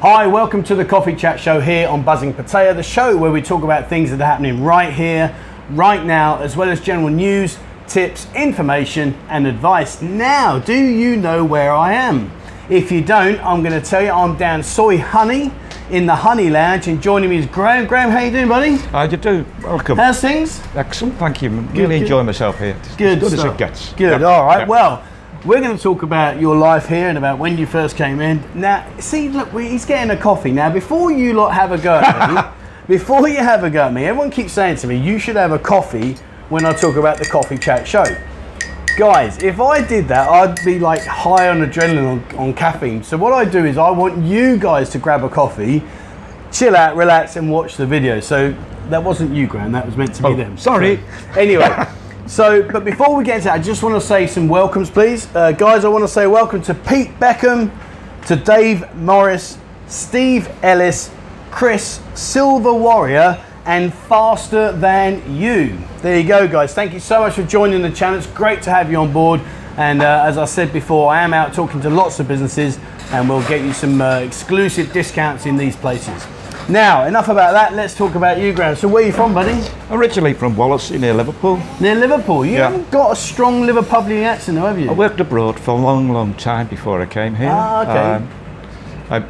Hi, welcome to the Coffee Chat Show here on Buzzing Potato, the show where we talk about things that are happening right here, right now, as well as general news, tips, information, and advice. Now, do you know where I am? If you don't, I'm going to tell you I'm down Soy Honey in the Honey Lounge, and joining me is Graham. Graham, how you doing, buddy? How do you do? Welcome. How's things? Excellent, thank you. I'm Really good. enjoying myself here. It's Good. as good as stuff. it gets. Good. Yeah, All right. yeah. Well, we're going to talk about your life here and about when you first came in. Now, see, look, we, he's getting a coffee. Now, before you lot have a go at me, before you have a go at me, everyone keeps saying to me, you should have a coffee when I talk about the coffee chat show. Guys, if I did that, I'd be like high on adrenaline on, on caffeine. So what I do is I want you guys to grab a coffee, chill out, relax, and watch the video. So that wasn't you, Graham. That was meant to be Oh, them. sorry. So, anyway, so but before we get into that, I just want to say some welcomes, please, uh, guys. I want to say welcome to Pete Beckham, to Dave Morris, Steve Ellis, Chris Silver Warrior, and Faster Than You. There you go, guys. Thank you so much for joining the channel. It's great to have you on board. And uh, as I said before, I am out talking to lots of businesses, and we'll get you some uh, exclusive discounts in these places. Now, enough about that. Let's talk about you, Graham. So, where are you from, buddy? Originally from Wallace near Liverpool. Near Liverpool, you Yeah. haven't got a strong Liverpudlian accent, though, have you? I worked abroad for a long, long time before I came here. Um, Ah, okay. I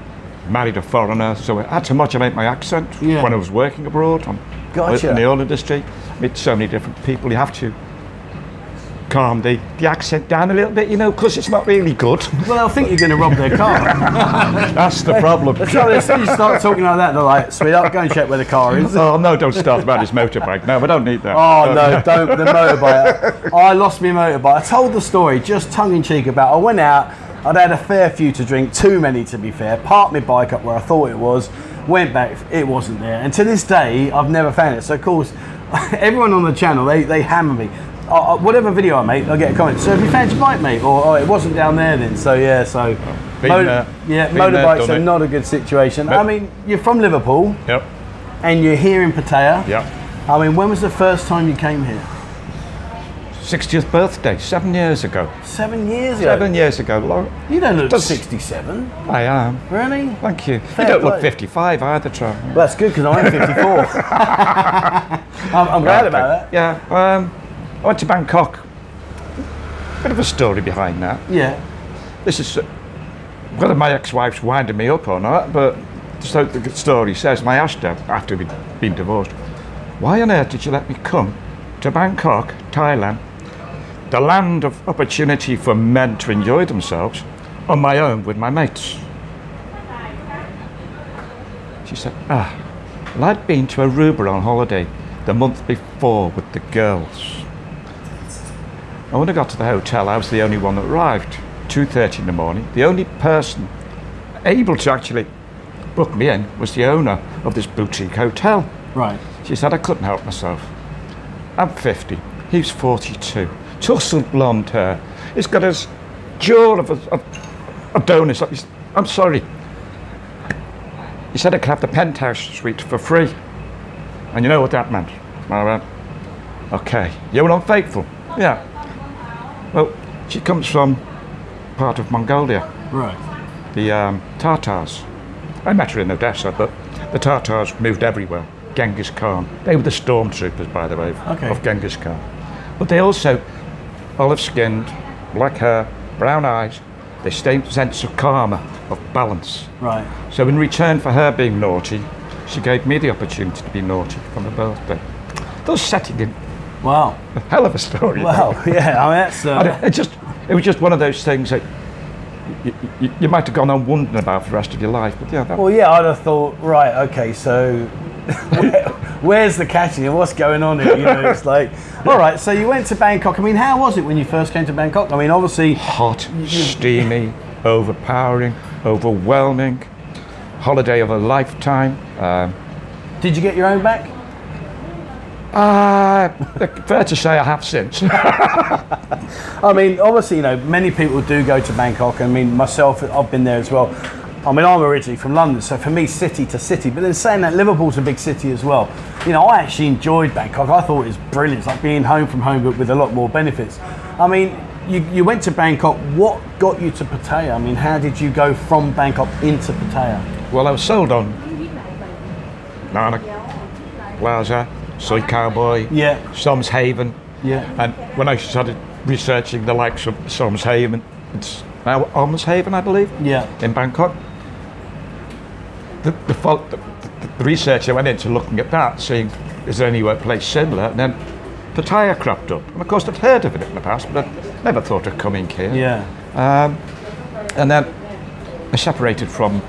married a foreigner, so I had to modulate my accent Yeah. when I was working abroad. I'm Gotcha. In the oil industry, meet so many different people. You have to calm the, the accent down a little bit, you know, because it's not really good. Well, they'll think you're going to rob their car. That's the problem. so as soon as you start talking like that, they're like, sweetheart, go and check where the car is. oh, no, don't start about his motorbike. No, I don't need that. Oh no, don't the motorbike. I lost my motorbike. I told the story just tongue in cheek about I went out, I'd had a fair few to drink, too many to be fair, parked my bike up where I thought it was, went back, it wasn't there. And to this day I've never found it. So of course everyone on the channel they, they hammer me. Uh, uh, whatever video I make, I'll get a comment. So have you found your bike, mate? Or oh, it wasn't down there then. So yeah, so Been there. yeah, Been there, motorbikes done are it. not a good situation. But- I mean, you're from Liverpool Yep. and you're here in Pattaya. Yep. I mean, when was the first time you came here? 60th birthday, seven years ago. Seven years ago. Seven years ago, Laura. You don't look Does- 67, I am. really? Well, Thank you. Fair you don't play. look 55 either, Trevor. that's good because I'm 54. I'm, I'm glad about that. Yeah. Um, I went to Bangkok. Bit of a story behind that. Yeah. This is whether my ex-wife's winding me up or not, but so the story says. And I asked her after we'd been divorced, why on earth did you let me come to Bangkok, Thailand, the land of opportunity for men to enjoy themselves, on my own with my mates? She said, ah, well, I'd been to Aruba on holiday the month before with the girls. And when I got to the hotel, I was the only one that arrived. 2.30 in the morning. The only person able to actually book me in was the owner of this boutique hotel. Right. She said, I couldn't help myself. I'm 50. He's 42. Tousled blonde hair. He's got his jaw of a, a Adonis. Like he's- I'm sorry. He said I could have the penthouse suite for free. And you know what that meant? I went, okay. You were unfaithful? Yeah. Well, she comes from part of Mongolia Right. the um, Tartars. I met her in Odessa, but the Tartars moved everywhere. Genghis Khan. They were the stormtroopers, by the way, of- Okay. of Genghis Khan. But they also, olive skinned, black hair, brown eyes, they stayed sense of karma, of balance. Right. So in return for her being naughty, she gave me the opportunity to be naughty for my birthday. Thus setting in Wow. a hell of a story. Wow. Yeah. I mean, that's. And Uh, it, it just, it was just one of those things that you, you, you might have gone on wondering about for the rest of your life. But yeah, that, well, yeah. I'd have thought. Right. Okay. So, where, where's the catch here? What's going on here? You know, it's like. All right. So you went to Bangkok. I mean, how was it when you first came to Bangkok? I mean, obviously. hot, steamy, overpowering, overwhelming. Holiday of a lifetime. Um, Did you get your own back? uh, fair to say, I have since. I mean, obviously, you know, many people do go to Bangkok. I mean, myself, I've been there as well. I mean, I'm originally from London, so for me, city to city. But then saying that Liverpool's a big city as well. You know, I actually enjoyed Bangkok. I thought it was brilliant. It's like being home from home, but with a lot more benefits. I mean, you, you went to Bangkok. What got you to Pattaya? I mean, how did you go from Bangkok into Pattaya? Well, I was sold on Nana, Plaza, Soy Cowboy, Yeah. Som's Haven. Yeah. And when I started researching the likes of Som's Haven, it's now Almonds Haven, I believe, Yeah. in Bangkok, the, the, fol- the, the, the research I went into looking at that, seeing is there any workplace similar, and then Pattaya cropped up. And of course, I'd heard of it in the past, but I'd never thought of coming here. Yeah. And then I separated from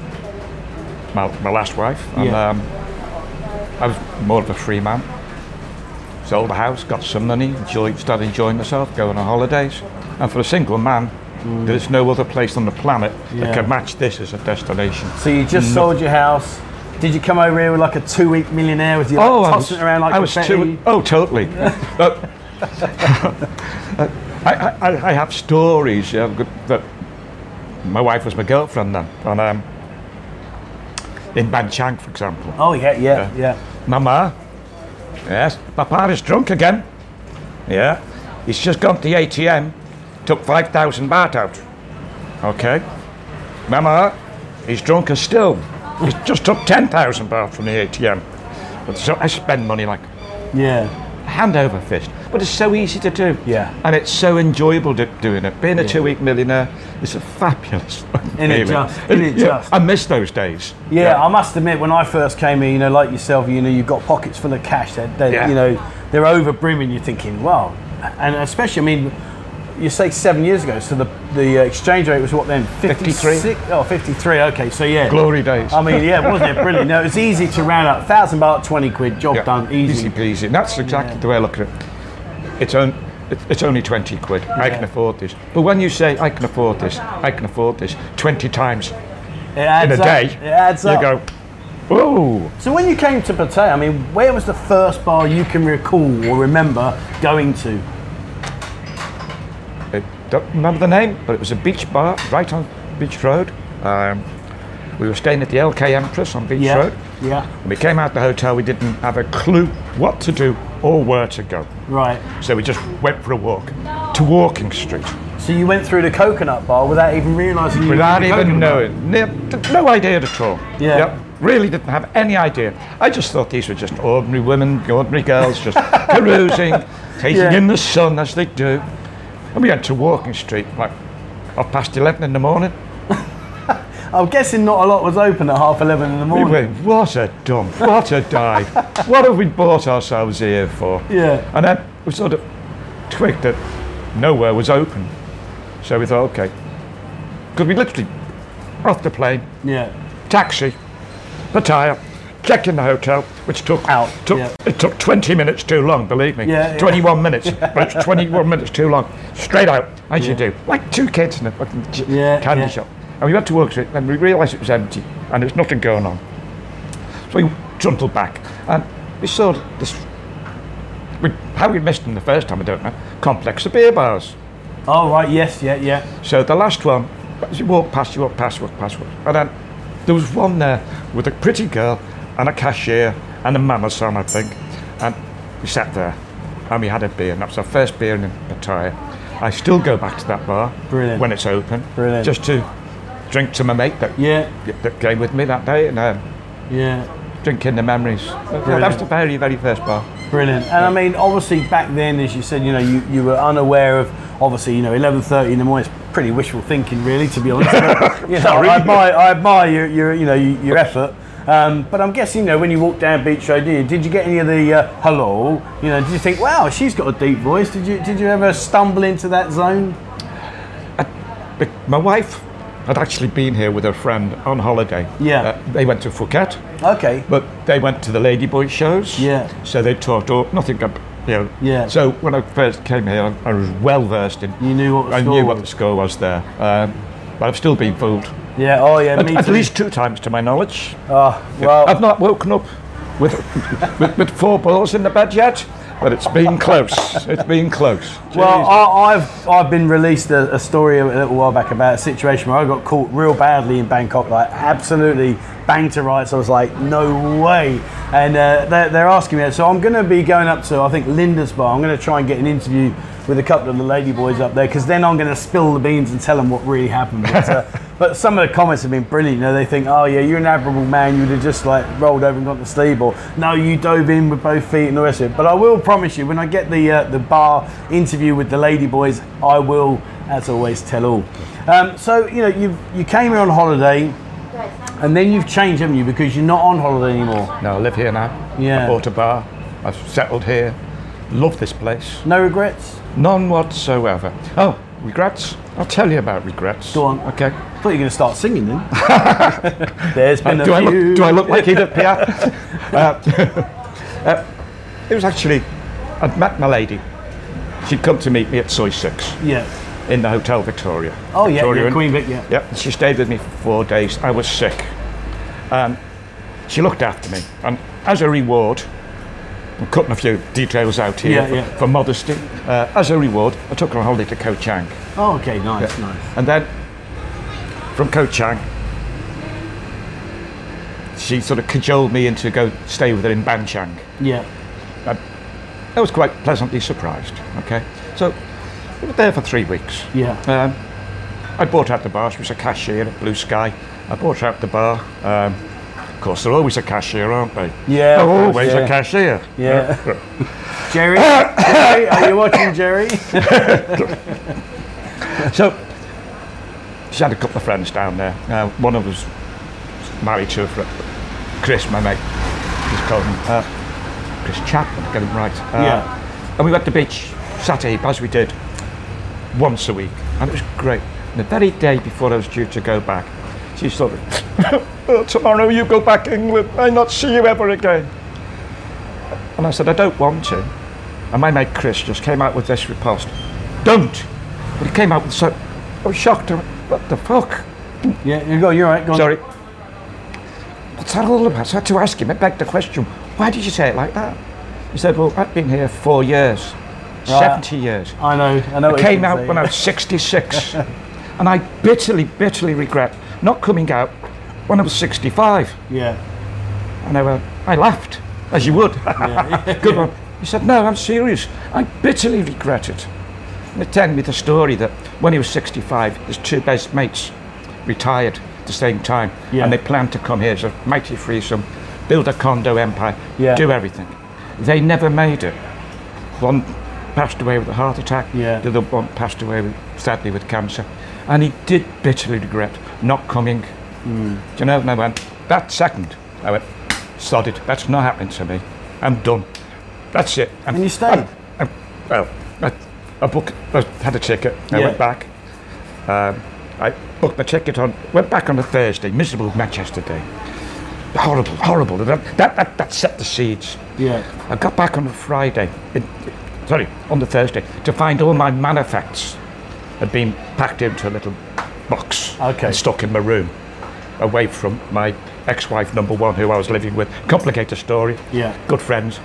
my, my last wife, and Yeah. um, I was more of a free man. Sold the house, got some money, enjoyed, started enjoying myself, going on holidays. And for a single man, there's no other place on the planet Mm. Yeah. that can match this as a destination. So you just Mm. sold your house. Did you come over here with like a two-week millionaire with you like, Oh, I tossing it around like I was confetti? too. Oh, totally. Uh, I, I, I- I have stories yeah, good- that my wife was my girlfriend then, and um, in Ban Chang, for example. Oh yeah, yeah, yeah, Mama, yes, Papa is drunk again. Yeah, he's just gone to the ATM, took 5,000 baht out. Okay. Mama, he's drunk as still. He's just took 10,000 baht from the ATM. But so I spend money like yeah, hand over fist. But it's so easy to do. Yeah. And it's so enjoyable do- doing it. Being a two week millionaire is a fabulous fucking Isn't it feeling. just? Isn't it Yeah, just? I miss those days. yeah. I must admit, when I first came here, you know, like yourself, you know, you've got pockets full of cash. They're, they're Yeah. you know, they're overbrimming. You're thinking, wow, and especially, I mean, you say seven years ago, so the the uh, exchange rate was what then? 53. 56? Oh, 53, Okay, so yeah, Glory days. I mean, yeah, wasn't it brilliant? No, it's easy to round up thousand baht, twenty quid, job Yeah, done, easy. peasy. And that's exactly the way I look at it. It's, on, it- it's only 20 quid. I can afford this. But when you say, I can afford this, I can afford this 20 times It adds in a up. day, It adds you up. go, whoa. So when you came to Pattaya, I mean, where was the first bar you can recall or remember going to? I don't remember the name, but it was a beach bar right on Beach Road. Um, we were staying at the LK Empress on Beach Yeah, Road. yeah, When we came out the hotel, we didn't have a clue what to do or where to go. right. So we just went for a walk to Walking Street. So you went through the coconut bar without even realising you Without were in the even coconut bar? knowing. No, d- no idea at all. Yeah. Really didn't have any idea. I just thought these were just ordinary women, ordinary girls, just perusing, taking Yeah. in the sun as they do. And we went to Walking Street, like half past 11 in the morning. I'm guessing not a lot was open at half eleven in the We morning. went, what a dump, what a dive. what have we bought ourselves here for? Yeah. And then we sort of twigged that nowhere was open. So we thought, okay. Because we literally, off the plane, Yeah, taxi, Pattaya, checked in the hotel, which took Out, Took, yeah. It took 20 minutes too long, believe me. Yeah, yeah. 21 minutes, but it's 21 minutes too long. Straight out, as you do, like two kids in a fucking j- Yeah, candy yeah. shop. And we went to work street, and we realised it was empty, and there's nothing going on. So we trundled back, and we saw this. We, how we missed them the first time, I don't know. Complex of beer bars. oh right, yes, yeah, yeah. So the last one, as you walk past, you walk past, walk past, walk. and then there was one there with a pretty girl and a cashier and a mama son, I think. And we sat there and we had a beer, and that was our first beer in Pattaya. I still go back to that bar Brilliant. when it's open, Brilliant. just to drink to my mate that, Yeah, that came with me that day and um, yeah, drink in the memories. That was the very, very first bar. brilliant. And I mean, obviously back then, as you said, you know, you, you were unaware of obviously, you know, eleven thirty in the morning. It's pretty wishful thinking, really, to be honest. But, you know, Sorry. I admire, I admire your, your, you know, your, your effort. Um, but I'm guessing, you know, when you walked down Beach Road, did you, did you get any of the uh, hello? You know, did you think, wow, she's got a deep voice? Did you, did you ever stumble into that zone? Be- My wife had actually been here with her friend on holiday. Uh, Yeah. they went to Phuket. Okay. But they went to the Ladyboy shows. Yeah. So they talked all, nothing up, you know. Yeah. So when I first came here, I, I was well versed in. You knew what the I score knew was. what the score was there. Um, but I've still been fooled. Yeah. Oh, yeah. At, Me at too. least two times to my knowledge. Oh, well. I've not woken up with, with, with four balls in the bed yet, but it's been close. It's been close. Well, I, I've I've been released a, a story a little while back about a situation where I got caught real badly in Bangkok, like absolutely banged to rights. I was like, no way. And uh, they're, they're asking me, that. so I'm going to be going up to I think Linda's bar. I'm going to try and get an interview with a couple of the lady boys up there because then I'm going to spill the beans and tell them what really happened. But, uh, but some of the comments have been brilliant. You know, they think, oh yeah, you're an admirable man. You'd have just like rolled over and got the sleeve, or no, you dove in with both feet and the rest of it. But I will promise you, when I get the uh, the bar interview with the lady boys, I will, as always, tell all. Um, so you know, you you came here on holiday. And then you've changed, haven't you? Because you're not on holiday anymore. No, I live here now. Yeah. I bought a bar. I've settled here. Love this place. No regrets. None whatsoever. Oh, regrets? I'll tell you about regrets. Go on. Okay. I thought you were going to start singing then. There's been a do, I few. look, do I look like Edith Piaf? uh, uh, it was actually, I'd met my lady. She'd come to meet me at Soy Six Yeah. in the Hotel Victoria. Oh yeah, Victoria yeah Inn. Queen Vic. Yeah. Yep, she stayed with me for four days. I was sick. Um, she looked after me, and as a reward, I'm cutting a few details out here Yeah, for, yeah. for modesty. Uh, as a reward, I took her on holiday to Ko Chang, Oh, okay. Nice. Nice. and then from Ko Chang, she sort of cajoled me into go stay with her in Banchang. Yeah. I was quite pleasantly surprised. Okay, so we were there for three weeks. Yeah. Um, I bought out the bar. She was a cashier at Blue Sky. I bought out the bar. Um, of course, they're always a cashier, aren't they? Yeah, They're of course, always yeah. a cashier. Yeah. Jerry, Jerry, are you watching, Jerry? So she had a couple of friends down there. Uh, one of them was married to a fr- Chris, my mate. He's called him uh, Chris Chapman. Get him right. Uh, yeah. And we went to the beach Saturday, as we did, once a week. And it was great. And the very day before I was due to go back, she sort of, "Oh, tomorrow you go back England. I not see you ever again. And I said, I don't want to. And my mate Chris just came out with this riposte. Don't! But he came out with so, I was shocked. I went, What the fuck? Yeah. You go. You're right. Go on. Sorry. What's that all about? So I had to ask him. I begged the question. Why did you say it like that? He said, Well, I've been here four years, 70 years. I know. I know. what I you came can out say. when I was 66, and I bitterly, bitterly regret not coming out when I was 65. Yeah. And I went, I laughed, as you would. Good one. He said, No, I'm serious. I bitterly regret it. And they tell me the story that when he was 65, his two best mates retired at the same time, Yeah. and they planned to come here as a mighty threesome, build a condo empire, Yeah. do everything. They never made it. One passed away with a heart attack, Yeah. the other one passed away, with, sadly, with cancer. And he did bitterly regret not coming. Hmm. Do you know? And I went, that second, I went, sod it, that's not happening to me. I'm done. That's it. I'm, And you stayed. I'm- well, I, I booked, I had a ticket, I Yeah. went back. Um, I booked my ticket on, went back on a Thursday, miserable Manchester day. Horrible, horrible. That, that, that, that set the seeds. Yeah. I got back on the Friday, it, sorry, on the Thursday, to find all my manifacts had been packed into a little box Okay. and stuck in my room, away from my ex-wife number one, who I was living with. Complicated story. Yeah. Good friends.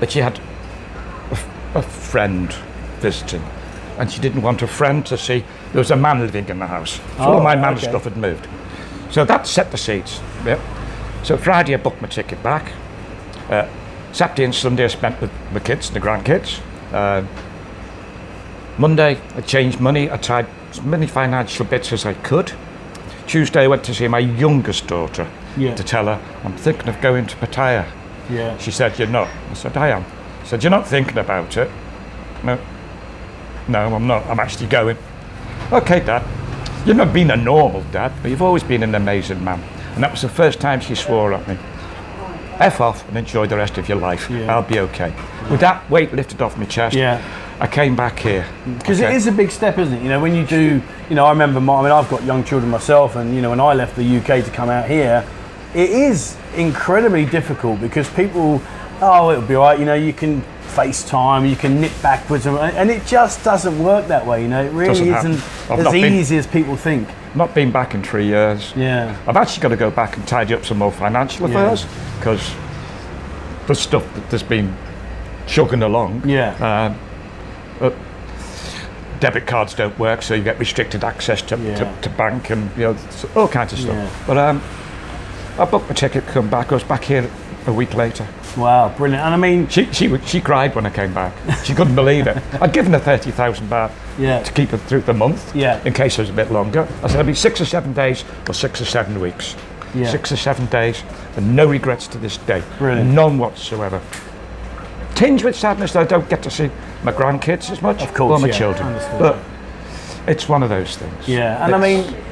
But she had a, f- a friend visiting, and she didn't want a friend to see there was a man living in the house. So all Oh, my man okay. stuff had moved. So that set the seeds. Yep. So Friday I booked my ticket back. Saturday and Sunday I spent with my kids, the grandkids. Um Monday I changed money. I tried as many financial bits as I could. Tuesday I went to see my youngest daughter Yeah. to tell her I'm thinking of going to Pattaya. Yeah. She said, You're not. I said, I am. She said, You're not thinking about it. No. No, I'm not. I'm actually going. Okay, Dad. You've not been a normal dad, but you've always been an amazing man. And that was the first time she swore at me. F off and enjoy the rest of your life. Yeah. I'll be okay. With that weight lifted off my chest, Yeah. I came back here. Because it Okay. is a big step, isn't it? You know, when you do, you know, I remember. My, I mean, I've got young children myself, and you know, when I left the UK to come out here, it is incredibly difficult because people, oh, it'll be all right. You know, you can FaceTime, you can nip backwards, and- and it just doesn't work that way. You know, it really Doesn't happen. isn't I've as not been- easy as people think. Not been back in three years. Yeah. I've actually got to go back and tidy up some more financial Yeah. affairs because the stuff that has been chugging along. Yeah. Um, uh, debit cards don't work, so you get restricted access to, Yeah. to, to bank and you know s- all kinds of stuff. Yeah. But um, I booked my ticket, come back. I was back here a week later. Wow, brilliant. And I mean, She, she, w- she cried when I came back. She couldn't believe it. I'd given her 30,000 baht Yeah. to keep her through the month Yeah. in case it was a bit longer. I said, it'll be six or seven days or six or seven weeks. Yeah. Six or seven days and no regrets to this day. Brilliant. None whatsoever. Tinged with sadness that I don't get to see my grandkids as much. Of course, Or my yeah. children. Understood. But it's one of those things. yeah, and I It's- mean,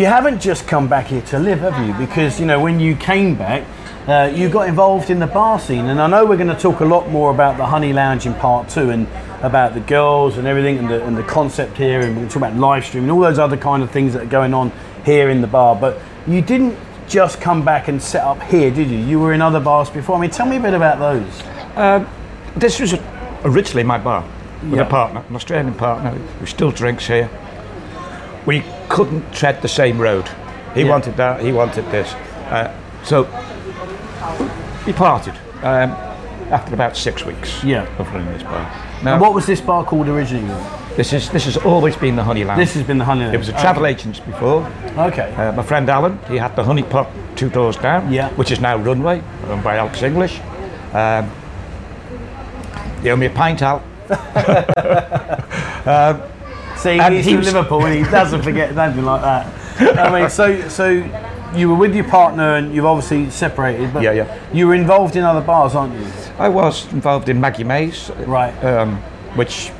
you haven't just come back here to live, have you? Because you know, when you came back, uh, you got involved in the bar scene, and I know we're going to talk a lot more about the Honey Lounge in part two, and about the girls and everything, and the, and the concept here, and we're going to talk about live stream and all those other kind of things that are going on here in the bar. But you didn't just come back and set up here, did you? You were in other bars before. I mean, tell me a bit about those. This was originally my bar with Yeah. a partner, an Australian partner who still drinks here. We couldn't tread the same road. He Yeah. wanted that, he wanted this. Uh, so we parted um, after about six weeks Yeah. of running this bar. And Now, what was this bar called originally? then? this, is, this has always been the Honey Lounge. This has been the Honey Lounge. it was a travel agent before. Okay. Uh, my friend Alan, he had the Honey Pot two doors down, Yeah. which is now Runway, run by Alex English. Um, he owned me a pint out. See, And he's he from was- Liverpool and he doesn't forget anything like that. I mean, so so you were with your partner and you've obviously separated, but Yeah, yeah. you were involved in other bars, aren't you? I was involved in Maggie Mays, Right. um, which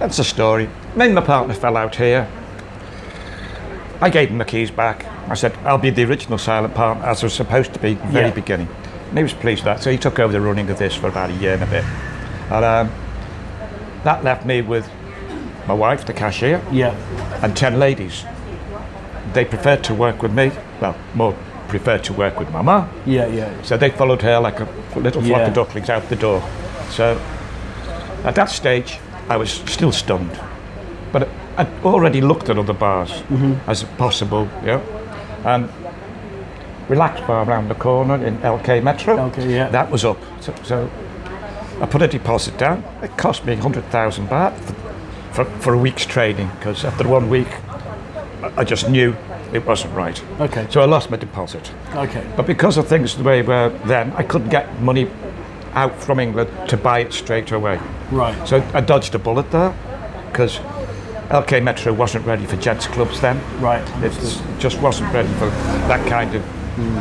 that's a story. Me and my partner fell out here. I gave him the keys back. I said, I'll be the original silent partner as I was supposed to be from the very Yeah. beginning. And he was pleased with that. So he took over the running of this for about a year and a bit. And um, that left me with my wife, the cashier, yeah. and 10 ladies. They preferred to work with me. Well, more preferred to work with Mama. Yeah, yeah. So they followed her like a little flock Yeah. of ducklings out the door. So at that stage, I was still stunned. But I'd already looked at other bars Mm-hmm. as possible, yeah. And Relax Bar around the corner in LK Metro, Okay, yeah. that was up. So, so I put a deposit down. It cost me 100,000 baht for, for, for a week's training because after one week, I- I just knew it wasn't right. Okay. So I lost my deposit. Okay. But because of things the way they were then, I couldn't get money out from England to buy it straight away. Right. So I dodged a bullet there because LK Metro wasn't ready for gents clubs then. Right. It just wasn't ready for that kind of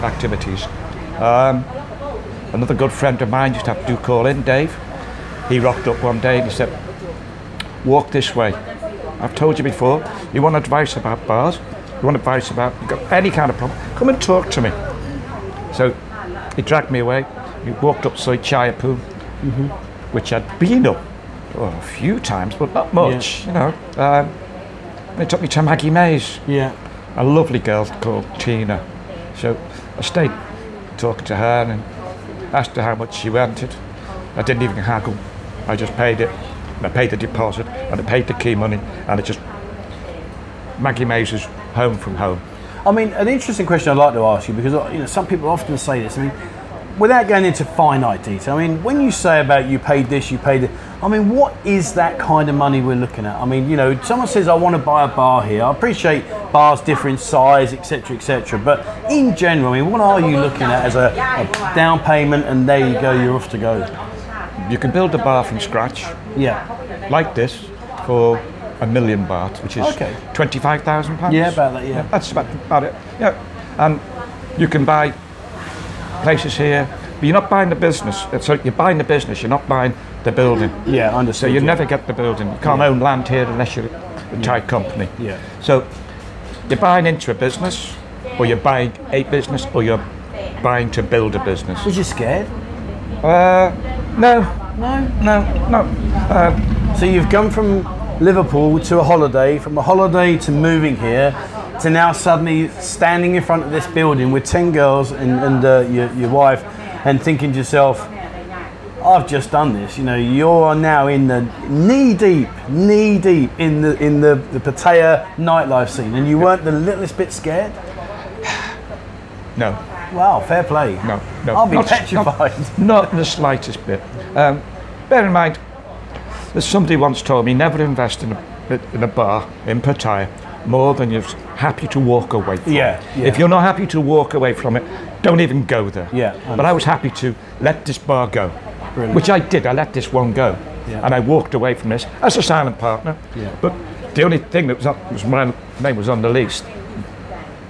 activities. Um, another good friend of mine used to have to do call in, Dave. He rocked up one day and he said, Walk this way. I've told you before, you want advice about bars, you want advice about you've got any kind of problem, come and talk to me. So he dragged me away. He walked up Soy Chayapu, which I'd been up well, a few times, but not much, you know. Um, and it took me to Maggie Mays Yeah. a lovely girl called Tina. So I stayed talking to her and asked her how much she wanted. I didn't even haggle. I just paid it. And I paid the deposit and I paid the key money and it just Maggie Mays is home from home. I mean, an interesting question I'd like to ask you because uh, you know some people often say this. I mean, without going into finite detail, I mean, when you say about you paid this, you paid it. I mean, what is that kind of money we're looking at? I mean, you know, someone says I want to buy a bar here. I appreciate bars differ in size, etc., etc. But in general, I mean, what are you looking at as a, a down payment? And there you go, you're off to go. You can build a bar from scratch Yeah, like this for a million baht, which is Okay. twenty-five thousand pounds. yeah, about that. Yeah, That's about, about it. Yeah, and you can buy places here, but you're not buying the business. So you're buying the business. You're not buying the building. yeah, I So understand. you never get the building. You can't own land here unless you're a Thai company. Yeah. So you're buying into a business, or you're buying a business, or you're buying to build a business. Was you scared? Uh, no, No. no, no. uh, So you've come from Liverpool to a holiday, from a holiday to moving here, to now suddenly standing in front of this building with 10 girls and, and uh, your, your wife and thinking to yourself, I've just done this. You know, you're now in the knee deep, knee deep in the in the, the Pattaya nightlife scene and you weren't the littlest bit scared? No, Wow, fair play. no, no. I'll be Not- petrified. Not, not in the slightest bit. Um, bear in mind, as somebody once told me, never invest in a, in a bar in Pattaya more than you've happy to walk away from Yeah, it. yeah. If you're not happy to walk away from it, don't even go there. Yeah, I But I was happy to let this bar go, Brilliant. which I did. I let this one go, Yeah. and I walked away from this as a silent partner. Yeah. But the only thing that was, on, was my name was on the list,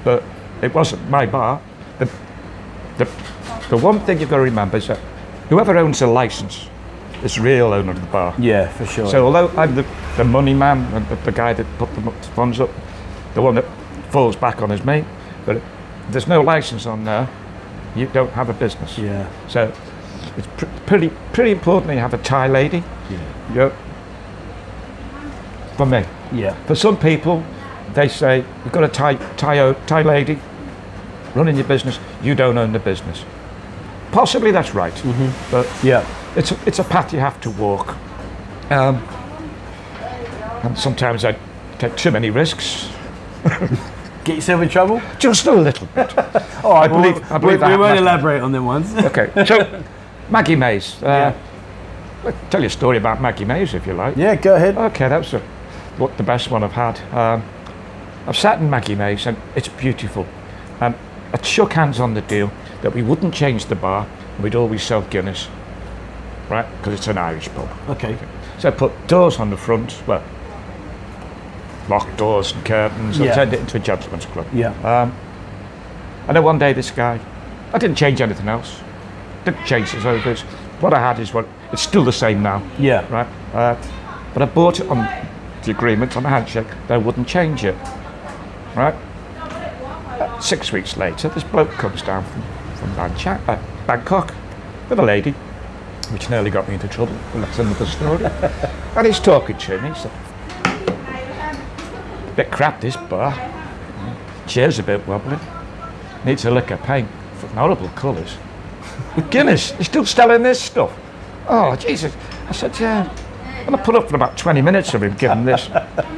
but it wasn't my bar. The, the, the one thing you've got to remember is that whoever owns the license is the real owner of the bar. Yeah, for sure. So although I'm the, the money man, and the, the guy that put the mo- funds up, the one that falls back on his mate, but there's no license on there. You don't have a business. yeah, So it's pr- pretty pretty important that you have a Thai lady. Yeah. For me, yeah, for some people, they say you've got a Thai Thai, o- Thai lady running your business. You don't own the business. Possibly that's right, but yeah, it's a, it's a path you have to walk. Um, and sometimes I take too many risks, get yourself in trouble. just a little bit. Oh, I believe- I we, believe that won't happened. elaborate on them ones. Okay, so Maggie Mays. Uh, I'll tell you a story about Maggie Mays if you like. yeah, go ahead. Okay, that was a, what the best one I've had. Um, I've sat in Maggie Mays and it's beautiful. And I shook hands on the deal that we wouldn't change the bar, we'd always sell Guinness, right? Because it's an Irish pub. Okay. So I put doors on the front, well, locked doors and curtains, and Yeah. turned it into a gentleman's club. Yeah. And then one day, this guy, I didn't change anything else, didn't change his overs. What I had is what, it's still the same now, yeah. right? Uh, but I bought it on the agreement, on a handshake, they wouldn't change it, right? Uh, Six weeks later, this bloke comes down from, from Bancha- uh, Bangkok with a lady, which nearly got me into trouble, but that's another story. and he's talking to me, he's like, bit crap this bar, chair's a bit wobbly, needs a lick of paint, fucking horrible colours. Guinness, you're still selling this stuff? Oh, Jesus. I said, yeah. And I put up for about 20 minutes of him giving this.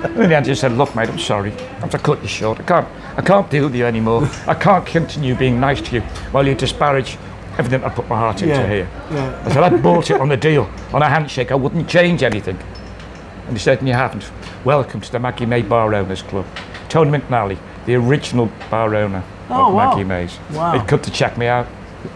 And in the end, he said, look, mate, I'm sorry. I have to cut you short. I can't, I can't deal with you anymore. I can't continue being nice to you while you disparage everything I put my heart into Yeah, here. yeah. I said, I bought it on the deal, on a handshake. I wouldn't change anything. And he said, and you haven't. Welcome to the Maggie May Bar Owners Club. Tony McNally, the original bar owner Oh, of wow. Maggie May's. Wow. He come to check me out.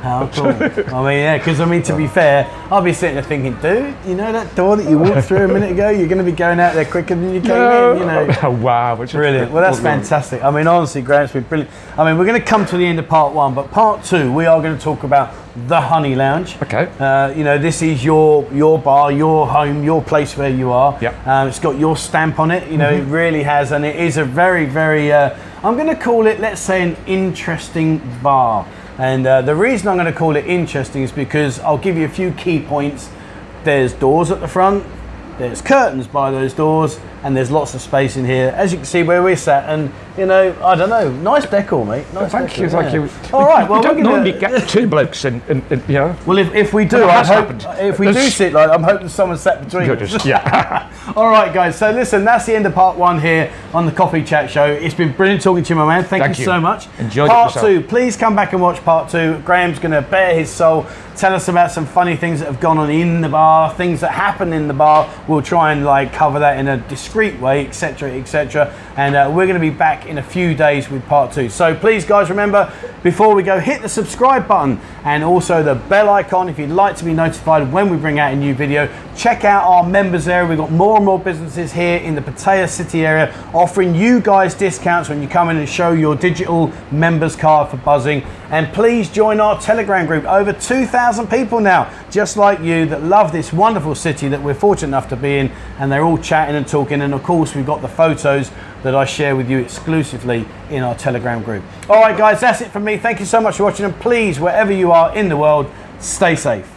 How cool. I mean, yeah, because I mean, to be fair, I'll be sitting there thinking, dude, you know that door that you walked through a minute ago? You're going to be going out there quicker than you came in, you know. Oh, wow. which is- Brilliant. Well, that's fantastic. I mean, honestly, Grant's been brilliant. I mean, we're going to come to the end of part one, but part two, we are going to talk about the Honey Lounge. Okay. Uh, you know, this is your your bar, your home, your place where you are. Yep. Mm-hmm. Um, it's got your stamp on it. You know, it really has, and it is a very, very. Uh, I'm going to call it, let's say, an interesting bar. And uh, the reason I'm going to call it interesting is because I'll give you a few key points. There's doors at the front. There's curtains by those doors, and there's lots of space in here, as you can see where we're sat. And you know, I don't know, nice decor, mate. Nice Thank decor, you, thank yeah. you. All We- right, we well, don't we're gonna- normally get two blokes in, in, in you know. well, if, if we do, Well, I that's hope happened. if we do That's- sit like, I'm hoping someone sat between You're us. just- yeah. All right, guys. So listen, that's the end of part one here on the Coffee Chat Show. It's been brilliant talking to you, my man. Thank, Thank you, you. so much. Enjoyed it part myself. two. Please come back and watch part two. Graham's going to bare his soul, tell us about some funny things that have gone on in the bar, things that happen in the bar. We'll try and like cover that in a discreet way, etc., etc. And uh, we're going to be back in a few days with part two. So please, guys, remember before we go, hit the subscribe button and also the bell icon if you'd like to be notified when we bring out a new video. Check out our members area. We've got more and more businesses here in the Patea City area offering you guys discounts when you come in and show your digital members card for buzzing. And please join our Telegram group. Over 2,000 people now, just like you, that love this wonderful city that we're fortunate enough to be in. And they're all chatting and talking. And of course, we've got the photos that I share with you exclusively in our Telegram group. All right, guys, that's it from me. Thank you so much for watching. And please, wherever you are in the world, stay safe.